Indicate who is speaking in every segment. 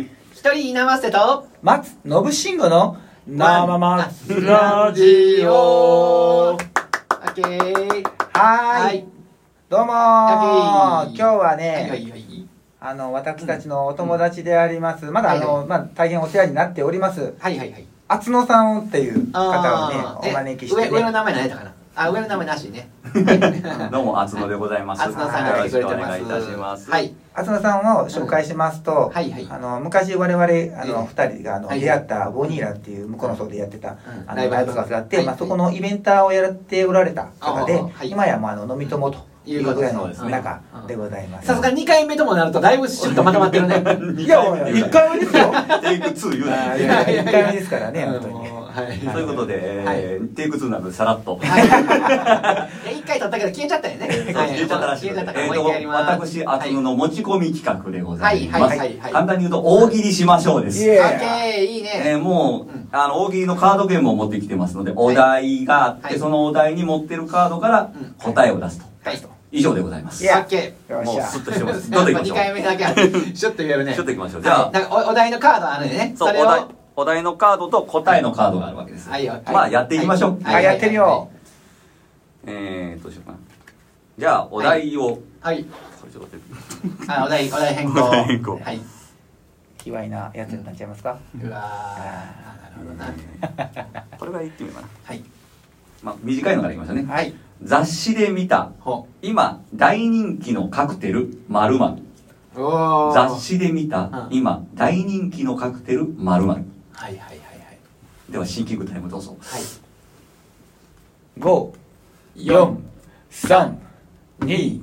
Speaker 1: 一人稲わせと
Speaker 2: 松信慎吾の
Speaker 1: 生
Speaker 2: 松
Speaker 1: ラジオオッケー
Speaker 2: はーい
Speaker 1: はい
Speaker 2: どうもー
Speaker 1: はい
Speaker 2: 今日はね、
Speaker 1: はいはいはい
Speaker 2: あの私たちのお友達であります、まだあの、
Speaker 1: はい
Speaker 2: まあ、大変お世話になっております
Speaker 1: はいはいはい
Speaker 2: 厚野さんっていう方
Speaker 1: あー
Speaker 2: をねお招きして、ね、
Speaker 1: え上上の名前何だったかなあ上の名前なしね
Speaker 3: どうも、厚野でございます。
Speaker 1: あつのさんが来てくれてます
Speaker 3: よろしくお願いいたします。
Speaker 1: はい
Speaker 2: 厚野さんを紹介しますと、
Speaker 1: はいはい
Speaker 2: あの昔我々あ
Speaker 1: え
Speaker 2: の
Speaker 1: え
Speaker 2: 2人があの
Speaker 1: はい
Speaker 2: 出会ったボニーラっていう向こうの層でやってた
Speaker 1: うん
Speaker 2: あ
Speaker 1: ライ
Speaker 2: の
Speaker 1: ブ
Speaker 2: ライブがあって、
Speaker 1: はい
Speaker 2: まあ、そこのイベンターをやっておられた方
Speaker 1: あ
Speaker 2: で、
Speaker 1: あはい
Speaker 2: 今やもうあの飲み友というぐらいの中でございます。
Speaker 1: さすが2回目ともなるとだいぶシュッとまとまってるね
Speaker 2: いや、1回目ですよ。
Speaker 3: テイク2言うな。
Speaker 1: いやいや
Speaker 2: 1回目ですからね、
Speaker 1: うん
Speaker 2: 本当にね。
Speaker 1: もうはい
Speaker 3: ということで、えーテイク2なのでさらっと。
Speaker 1: はい。一回撮ったけど消えちゃったよね。
Speaker 3: 消えちゃったらしい
Speaker 1: 消えちゃ
Speaker 3: ので
Speaker 1: った、か
Speaker 3: え
Speaker 1: らもう
Speaker 3: ー
Speaker 1: 一
Speaker 3: と
Speaker 1: 回やります。
Speaker 3: 私、厚野の持ち込み企画でござい
Speaker 1: は
Speaker 3: ま
Speaker 1: い
Speaker 3: す
Speaker 1: はいはいはい。
Speaker 3: 簡単に言うと、大喜利しましょうで
Speaker 2: いえ
Speaker 3: す。
Speaker 1: オッケー、いい
Speaker 3: え
Speaker 1: ね。
Speaker 3: ーも
Speaker 1: うん
Speaker 3: う、あの、大喜利のカードゲームを持ってきてますので、お題があっ
Speaker 1: はい
Speaker 3: て、そのお題に持ってるカードから
Speaker 1: うん
Speaker 3: 答えを出すと。
Speaker 1: はい。
Speaker 3: 以上でございま
Speaker 2: い
Speaker 3: す。
Speaker 1: オ
Speaker 2: や
Speaker 3: も
Speaker 1: ッケ
Speaker 2: よっ
Speaker 3: う、
Speaker 2: しゃ
Speaker 3: ス。ッとしてます。
Speaker 1: ー。
Speaker 3: どんどん行
Speaker 1: 2
Speaker 3: きましょ
Speaker 1: 回目だけあ る。ちょっと言える
Speaker 3: う。
Speaker 1: ね。
Speaker 3: ちょっ
Speaker 1: は
Speaker 3: と行
Speaker 1: い
Speaker 3: きましょう。じゃ
Speaker 1: な
Speaker 3: あ
Speaker 1: ん、かおお題のカードあるよね。
Speaker 3: そ
Speaker 1: そうれ
Speaker 3: お題
Speaker 1: を。
Speaker 3: お題のカードと答えのカードがあるわけです、
Speaker 1: はいはい
Speaker 3: まあやっていきましょう、
Speaker 1: はい
Speaker 2: あ、やってみよう。
Speaker 3: えー、どうしようかなじゃあお題を、
Speaker 1: はい。
Speaker 3: これちょっと待って
Speaker 1: あ、お題、お題変更。
Speaker 3: お題変更
Speaker 1: はい。
Speaker 2: 卑猥なやつになっちゃいますか。
Speaker 1: うわー。なるほどな。
Speaker 3: これがいってみようかな、
Speaker 1: はい。
Speaker 3: まあ、短いのからいきましょうね、
Speaker 1: はい。
Speaker 3: 雑誌で見た
Speaker 1: ほ
Speaker 3: 今大人気のカクテル〇〇
Speaker 1: う。おー。
Speaker 3: 雑。誌で見た
Speaker 1: うん
Speaker 3: 今大人気のカクテル〇〇
Speaker 1: はいはいはい
Speaker 3: ではシンキングタイムどうぞ
Speaker 1: はい。
Speaker 2: 五、四、三、二、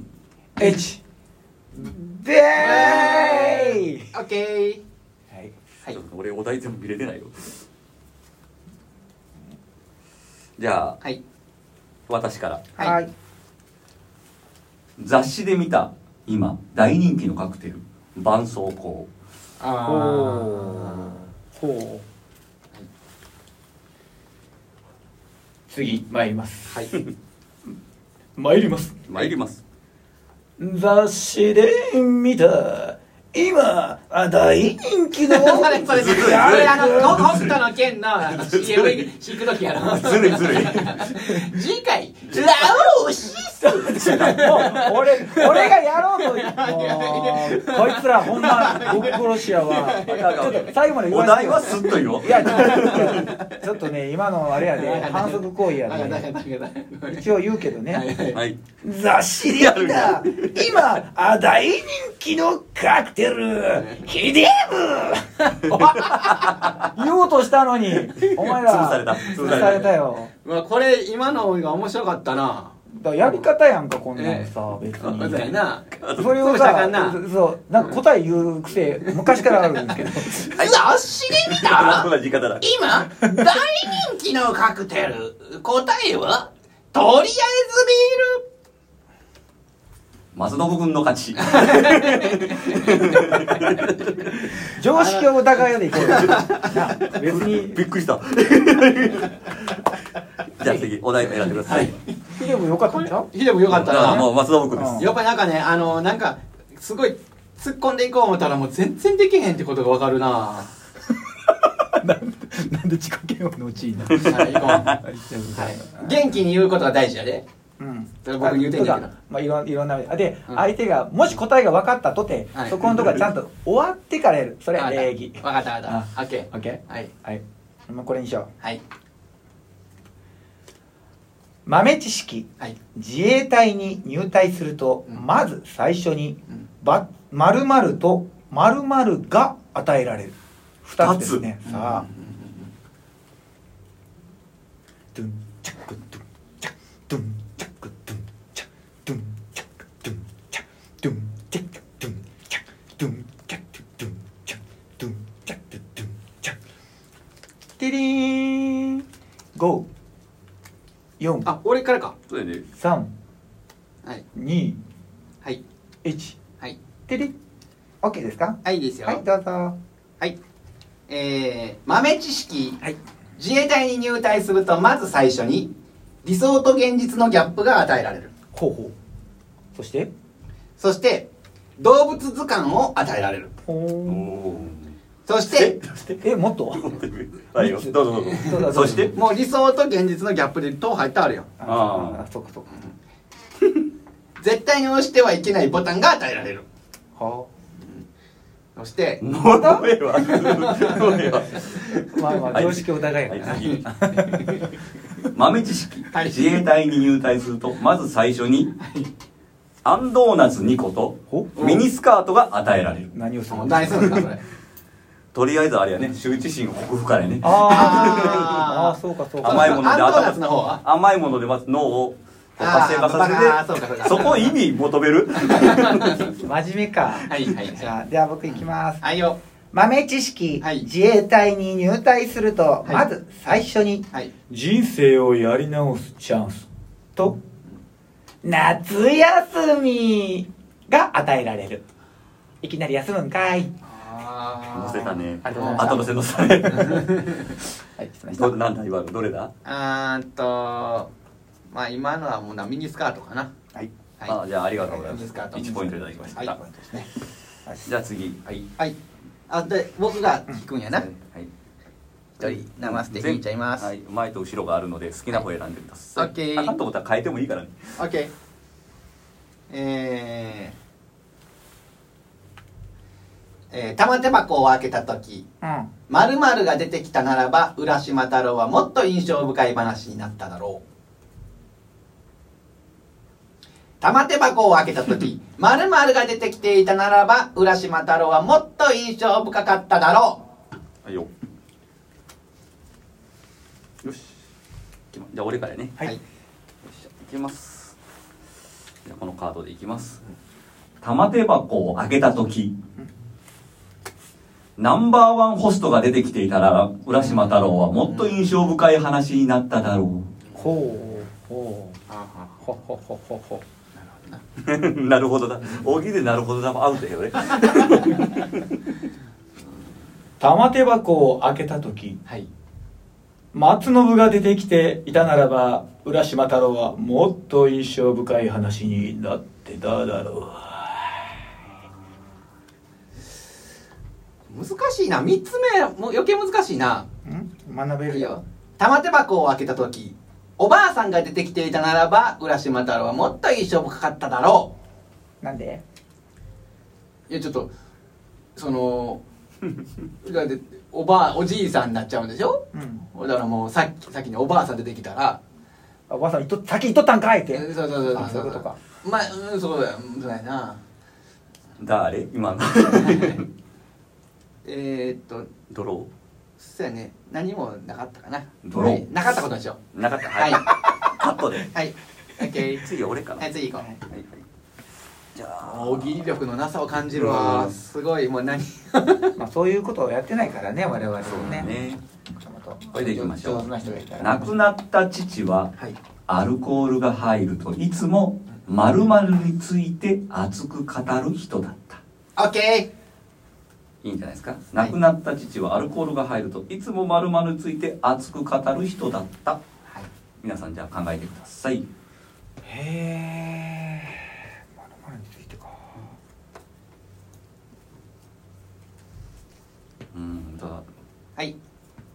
Speaker 2: 一。でーい。
Speaker 1: はい。オッケー。
Speaker 2: はい。
Speaker 1: はい
Speaker 3: ちょっと俺お題全部見れてないよじゃあ
Speaker 1: はい。
Speaker 3: 私から
Speaker 1: は
Speaker 2: はいい。
Speaker 3: 雑誌で見た今大人気のカクテル絆創膏
Speaker 1: あ
Speaker 2: お
Speaker 1: ー。
Speaker 2: ほう。次、参ります。
Speaker 1: はい。
Speaker 2: 参ります。
Speaker 3: 参ります
Speaker 2: 雑誌で見た。今、大人気 の。
Speaker 1: それそれそれ
Speaker 3: や
Speaker 1: それあの北斗の剣のあの CM 聞く時やろ
Speaker 3: ずるいずるい
Speaker 1: 次回ラオウシス
Speaker 2: もう俺俺がやろうと言ってもうこいつらほんまぶっ殺しやわちょっと最後まで言
Speaker 3: お
Speaker 2: わせて
Speaker 3: 題
Speaker 2: よ
Speaker 3: はすっといよ
Speaker 2: いやちょっとちょっとね今のあれやで反則行為や
Speaker 1: なんかなんか
Speaker 2: で
Speaker 1: なんかなんか
Speaker 2: 一応言うけど
Speaker 1: はい
Speaker 2: ね
Speaker 1: はい
Speaker 3: はい
Speaker 2: 雑誌でやった今あ大人気のカクテルヒデム言おうとしたのにお前ら
Speaker 3: 潰された
Speaker 2: 潰されたよ
Speaker 1: まあこれ今の方が面白かったな
Speaker 2: だからやり方やんかこんなのさ別
Speaker 1: そう
Speaker 2: に
Speaker 1: やな
Speaker 2: それを
Speaker 1: そうした
Speaker 2: さ
Speaker 1: らあかんな
Speaker 2: そそうなんか答え言う癖昔からあるんですけど
Speaker 1: 雑誌で見た
Speaker 3: 同じ言い方だ
Speaker 1: 今大人気のカクテル答えはとりあえずビール
Speaker 3: 松信君の勝ち
Speaker 2: 常識を疑いでいこうよなあ別に
Speaker 3: びっくりしたじゃあ次お題を選んでください
Speaker 2: ヒデもよかったんちゃう
Speaker 1: ヒデもよかった
Speaker 3: あも
Speaker 1: な
Speaker 3: う松信君です
Speaker 1: やっぱりなんかねあのなんかすごい突っ込んでいこう思ったらもう全然できへんってことがわかるな
Speaker 2: なんで自己嫌悪のうちにな
Speaker 1: はい行こうはい、
Speaker 2: う
Speaker 1: 元気に言うことが大事やで
Speaker 2: ん
Speaker 1: それ僕言うてんねんけど
Speaker 2: あとかまあいろんいろんなあで
Speaker 1: うん
Speaker 2: 相手がもし答えが分かったとて
Speaker 1: はい
Speaker 2: そこのとこはちゃんと終わってからやるそれ
Speaker 1: わかった
Speaker 2: 礼儀
Speaker 1: わかったわかったオッケー
Speaker 2: OK
Speaker 1: はい
Speaker 2: はいもうこれにしよう
Speaker 1: はい
Speaker 2: 豆知識
Speaker 1: はい
Speaker 2: 自衛隊に入隊すると、
Speaker 1: うん
Speaker 2: まず最初に
Speaker 1: うん
Speaker 2: 「ば〇〇と〇〇が与えられる2つですねさあ「ドゥンチャクドゥンチャクドゥンチャクドゥンチャクドゥンチャクドゥンチャクドゥンチャクドゥンチャクドゥンチャクドゥンチャクドゥンチャクドゥンチャク」ティリーン5 4
Speaker 1: あ俺からか
Speaker 3: そうだよね
Speaker 2: 3
Speaker 1: はい
Speaker 2: 2
Speaker 1: はい
Speaker 2: 1
Speaker 1: はい
Speaker 2: てり OK ですか
Speaker 1: はいいいですよ
Speaker 2: はいどうぞ
Speaker 1: はいえー、豆知識
Speaker 2: はい
Speaker 1: 自衛隊に入隊するとまず最初に理想と現実のギャップが与えられる
Speaker 2: ほうほうそして
Speaker 1: そして動物図鑑を与えられる
Speaker 2: ほう
Speaker 3: おー
Speaker 1: そそして
Speaker 2: えもっと
Speaker 3: はいよどうぞどうぞそして
Speaker 1: もう理想と現実のギャップで言うと入ったあるよ
Speaker 3: あー
Speaker 2: あそうかそうか
Speaker 1: 絶対に押してはいけないボタンが与えられる
Speaker 2: は
Speaker 1: そして
Speaker 3: もうダメはダメは
Speaker 2: あまあま
Speaker 3: は
Speaker 2: あ
Speaker 3: い
Speaker 2: 常識お互いや
Speaker 3: は
Speaker 2: ない
Speaker 3: 次豆知識、
Speaker 1: はい
Speaker 3: 自衛隊に入隊するとまず最初に、あんドーナツ2個と
Speaker 2: お
Speaker 3: ミニスカートが与えられる
Speaker 2: 何をするの
Speaker 1: 何するんですかそれ
Speaker 3: とりあえずあれやね羞恥心を克服からやね
Speaker 2: あー
Speaker 1: あー
Speaker 2: あーそうかそうか
Speaker 3: 甘いもので
Speaker 1: あんドー
Speaker 3: 頭
Speaker 1: ナツの方は
Speaker 3: 甘いものでまず脳をこう活性化
Speaker 1: あー
Speaker 3: さ
Speaker 1: そうかそう
Speaker 3: せ
Speaker 1: か
Speaker 3: てそこ意味求める
Speaker 2: 真面目か
Speaker 1: はいはいはい
Speaker 2: じゃあでは僕いきます
Speaker 1: はいよ
Speaker 2: 豆知識、
Speaker 1: はい
Speaker 2: 自衛隊に入隊すると、
Speaker 1: い
Speaker 2: まず最初に
Speaker 1: はい
Speaker 4: 人生をやり直すチャンス
Speaker 2: と夏休みが与えられるいきなり休むんかい
Speaker 1: あ
Speaker 3: 乗せたね
Speaker 2: ありがとうございました
Speaker 3: 後乗せ乗せた ね
Speaker 2: はいすいません
Speaker 3: どなんだ今のどれだ
Speaker 1: あーんとまあ今のはもうなミニスカートかな
Speaker 2: はい
Speaker 1: はい
Speaker 3: あじゃあありがとうございま
Speaker 1: ミニス
Speaker 3: す
Speaker 1: カート
Speaker 3: 1ポイントいただきました
Speaker 1: はい
Speaker 3: じゃあ次はい
Speaker 1: はいあで僕が聞くんやな
Speaker 3: はい
Speaker 1: 一人生捨て引いちゃいます
Speaker 3: はい、前と後ろがあるので好きな方選んでくださ
Speaker 1: は
Speaker 3: い。
Speaker 1: いオッケー
Speaker 3: あかんと思ったら変えてもいいからね。
Speaker 1: OK えーえー玉手箱を開けた時
Speaker 2: うん
Speaker 1: 〇〇が出てきたならば浦島太郎はもっと印象深い話になっただろう玉手箱を開けた 時〇〇が出てきていたならば浦島太郎はもっと印象深かっただろ
Speaker 3: はいよ。よし。いきまじゃあ俺からね。
Speaker 1: う
Speaker 2: はい
Speaker 3: よっしゃいきます。じゃあこのカードでいきます。玉手箱を開けた時ナンバーワンホストが出てきていたら、浦島太郎はもっと印象深い話になっただろ
Speaker 2: ほうほう
Speaker 1: はあは
Speaker 2: ほほほほほ
Speaker 1: あなるほどな
Speaker 3: う。 なるほどだ。大喜利でなるほどだもアウトやけどね。
Speaker 4: 玉手箱を開けた時
Speaker 1: はい
Speaker 4: 松信が出てきていたならば浦島太郎はもっと印象深い話になってただろ
Speaker 1: 難しいな3つ目も余計難しいなん
Speaker 2: 学べるよ
Speaker 1: 玉手箱を開けた時おばあさんが出てきていたならば浦島太郎はもっと印象深かっただろ
Speaker 2: なんで
Speaker 1: ういやちょっとそのだっておばあおじいさんになっちゃうんでしょ
Speaker 2: うん
Speaker 1: だからもうさっき先におばあさん出てきたら
Speaker 2: おばあさんいっと先いっとったんかいっ
Speaker 1: え
Speaker 2: て
Speaker 1: そうそうそう
Speaker 2: あそういうことか
Speaker 1: まあうんそうだようんそうだよな
Speaker 3: 誰今の。
Speaker 1: えー、っと
Speaker 3: ドロ
Speaker 1: そうやね何もなかったかな
Speaker 3: ドロー
Speaker 1: はいなかったことでしょ
Speaker 3: ーなかった。はい。
Speaker 1: はい
Speaker 3: カットで。
Speaker 1: はい OK
Speaker 3: 次俺かな。
Speaker 1: はい次行こう
Speaker 3: はいはいじゃあ
Speaker 1: 大喜利力のなさを感じるわ
Speaker 3: うん
Speaker 1: すごいもう何
Speaker 2: まあそういうことをやってないからね我々もね
Speaker 3: ね
Speaker 2: もっと
Speaker 3: これでいきましょう
Speaker 2: 上手な人がいたら
Speaker 3: 亡くなった父は
Speaker 1: はい
Speaker 3: アルコールが入るといつも〇〇について熱く語る人だった
Speaker 1: オッケ
Speaker 3: いいんじゃないですか亡くなった父はアルコールが入るといつも〇〇について熱く語る人だった
Speaker 1: ーはい
Speaker 3: 皆さんじゃあ考えてください
Speaker 2: へえまるまるについてか
Speaker 3: うんじゃあ
Speaker 1: はい。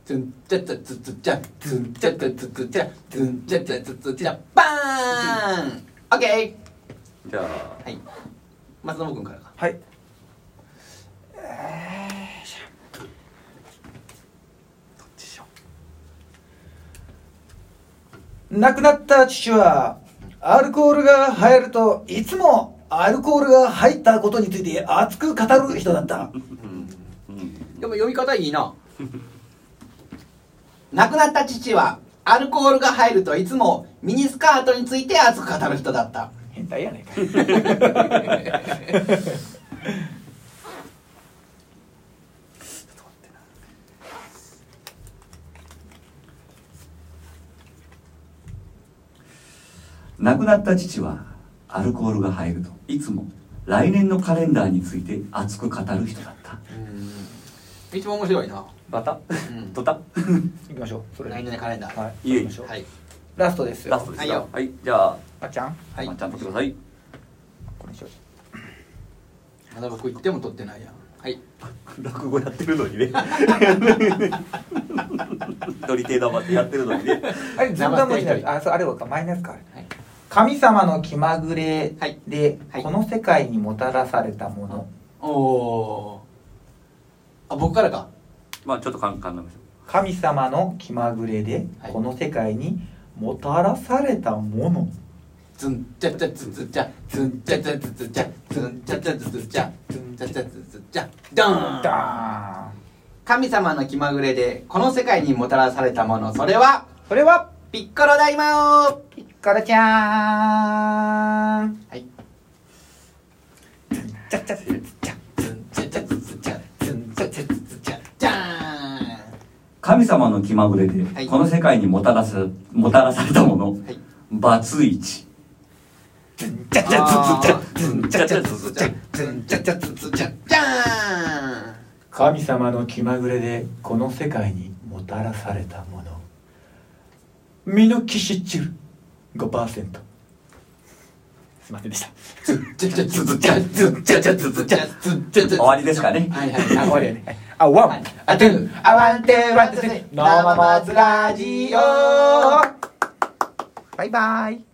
Speaker 1: ズンチャチャツツチャズンチャチャツツチャズンチャチャツツチャバーンオッケ
Speaker 3: じゃ
Speaker 1: ーはい松信君からか
Speaker 2: はい亡くなった父はアルコールが入るといつもアルコールが入ったことについて熱く語る人だ った
Speaker 3: あうん
Speaker 1: でも読み方いいな亡くなった父はアルコールが入るといつもミニスカートについて熱く語る人だった
Speaker 2: 変態やねんか
Speaker 3: 亡くなった父はアルコールが入るといつも来年のカレンダーについて熱く語る人だった
Speaker 1: 一番面白いな
Speaker 3: バタ
Speaker 1: ん
Speaker 3: トタ
Speaker 2: いきましょうそれ
Speaker 1: 来年のカレンダー
Speaker 2: はい
Speaker 3: いえいえ
Speaker 2: 行きましょう
Speaker 1: はい
Speaker 2: ラストですよ
Speaker 3: ラストです
Speaker 1: はい
Speaker 3: か
Speaker 1: よ
Speaker 3: はいじゃあ
Speaker 2: あっちゃん
Speaker 1: はい
Speaker 3: まっちゃん取ってください
Speaker 2: これにしよ
Speaker 1: ま
Speaker 2: う
Speaker 1: だ僕一点も取ってないやんはい
Speaker 3: 落語やってるのにね一人手黙ってやってるのにね
Speaker 2: あれ、ずんだ
Speaker 1: 黙っ
Speaker 2: もにな
Speaker 1: て一
Speaker 2: る。
Speaker 1: 人
Speaker 2: あ、そう、あれはマイナスか、あれ
Speaker 1: はい
Speaker 2: 神様の気まぐれ
Speaker 1: はい
Speaker 2: で、
Speaker 1: はい
Speaker 2: この世界にもたらされたもの。
Speaker 1: おおーあ僕からか
Speaker 3: まあちょっと考えましょ
Speaker 2: 神様の気まぐれで、
Speaker 1: はい
Speaker 2: この世界にもたらされたもの。
Speaker 1: ズンチャチャズズチャズンチャチャズズチャズンチャチャズズチャズンチャチャズズチャドーン
Speaker 2: ダーン。
Speaker 5: 神様の気まぐれでこの世界にもたらされたものそれは
Speaker 2: それは、
Speaker 5: ピッコロ大魔王
Speaker 2: ピッコロちゃーん。
Speaker 5: はい
Speaker 2: ちゃっちゃっちゃっちゃ。
Speaker 1: ズンチャチャズズチャズンチャチャズズチャ
Speaker 5: じゃー
Speaker 3: 神様の気まぐれで、
Speaker 5: はい
Speaker 3: この世界にもたらさもたらされたもの、
Speaker 5: はい
Speaker 3: バツイチ
Speaker 2: ちゃっちゃっちゃっちゃ。
Speaker 3: ちゃちゃつちゃ
Speaker 5: んじゃじゃつつじゃじゃーん
Speaker 2: 神様の気まぐれでこの世界にもたらされたものミノキシチル5%すいませんでした
Speaker 1: ズンチャチャズズチャズンチャチャズズチャズンチャチャ
Speaker 3: 終わりですかね
Speaker 1: はいはい
Speaker 2: あ
Speaker 1: はい
Speaker 2: 終わりやねはいあワン、あトゥーあワンテーワンテー生松ラジオバイバイ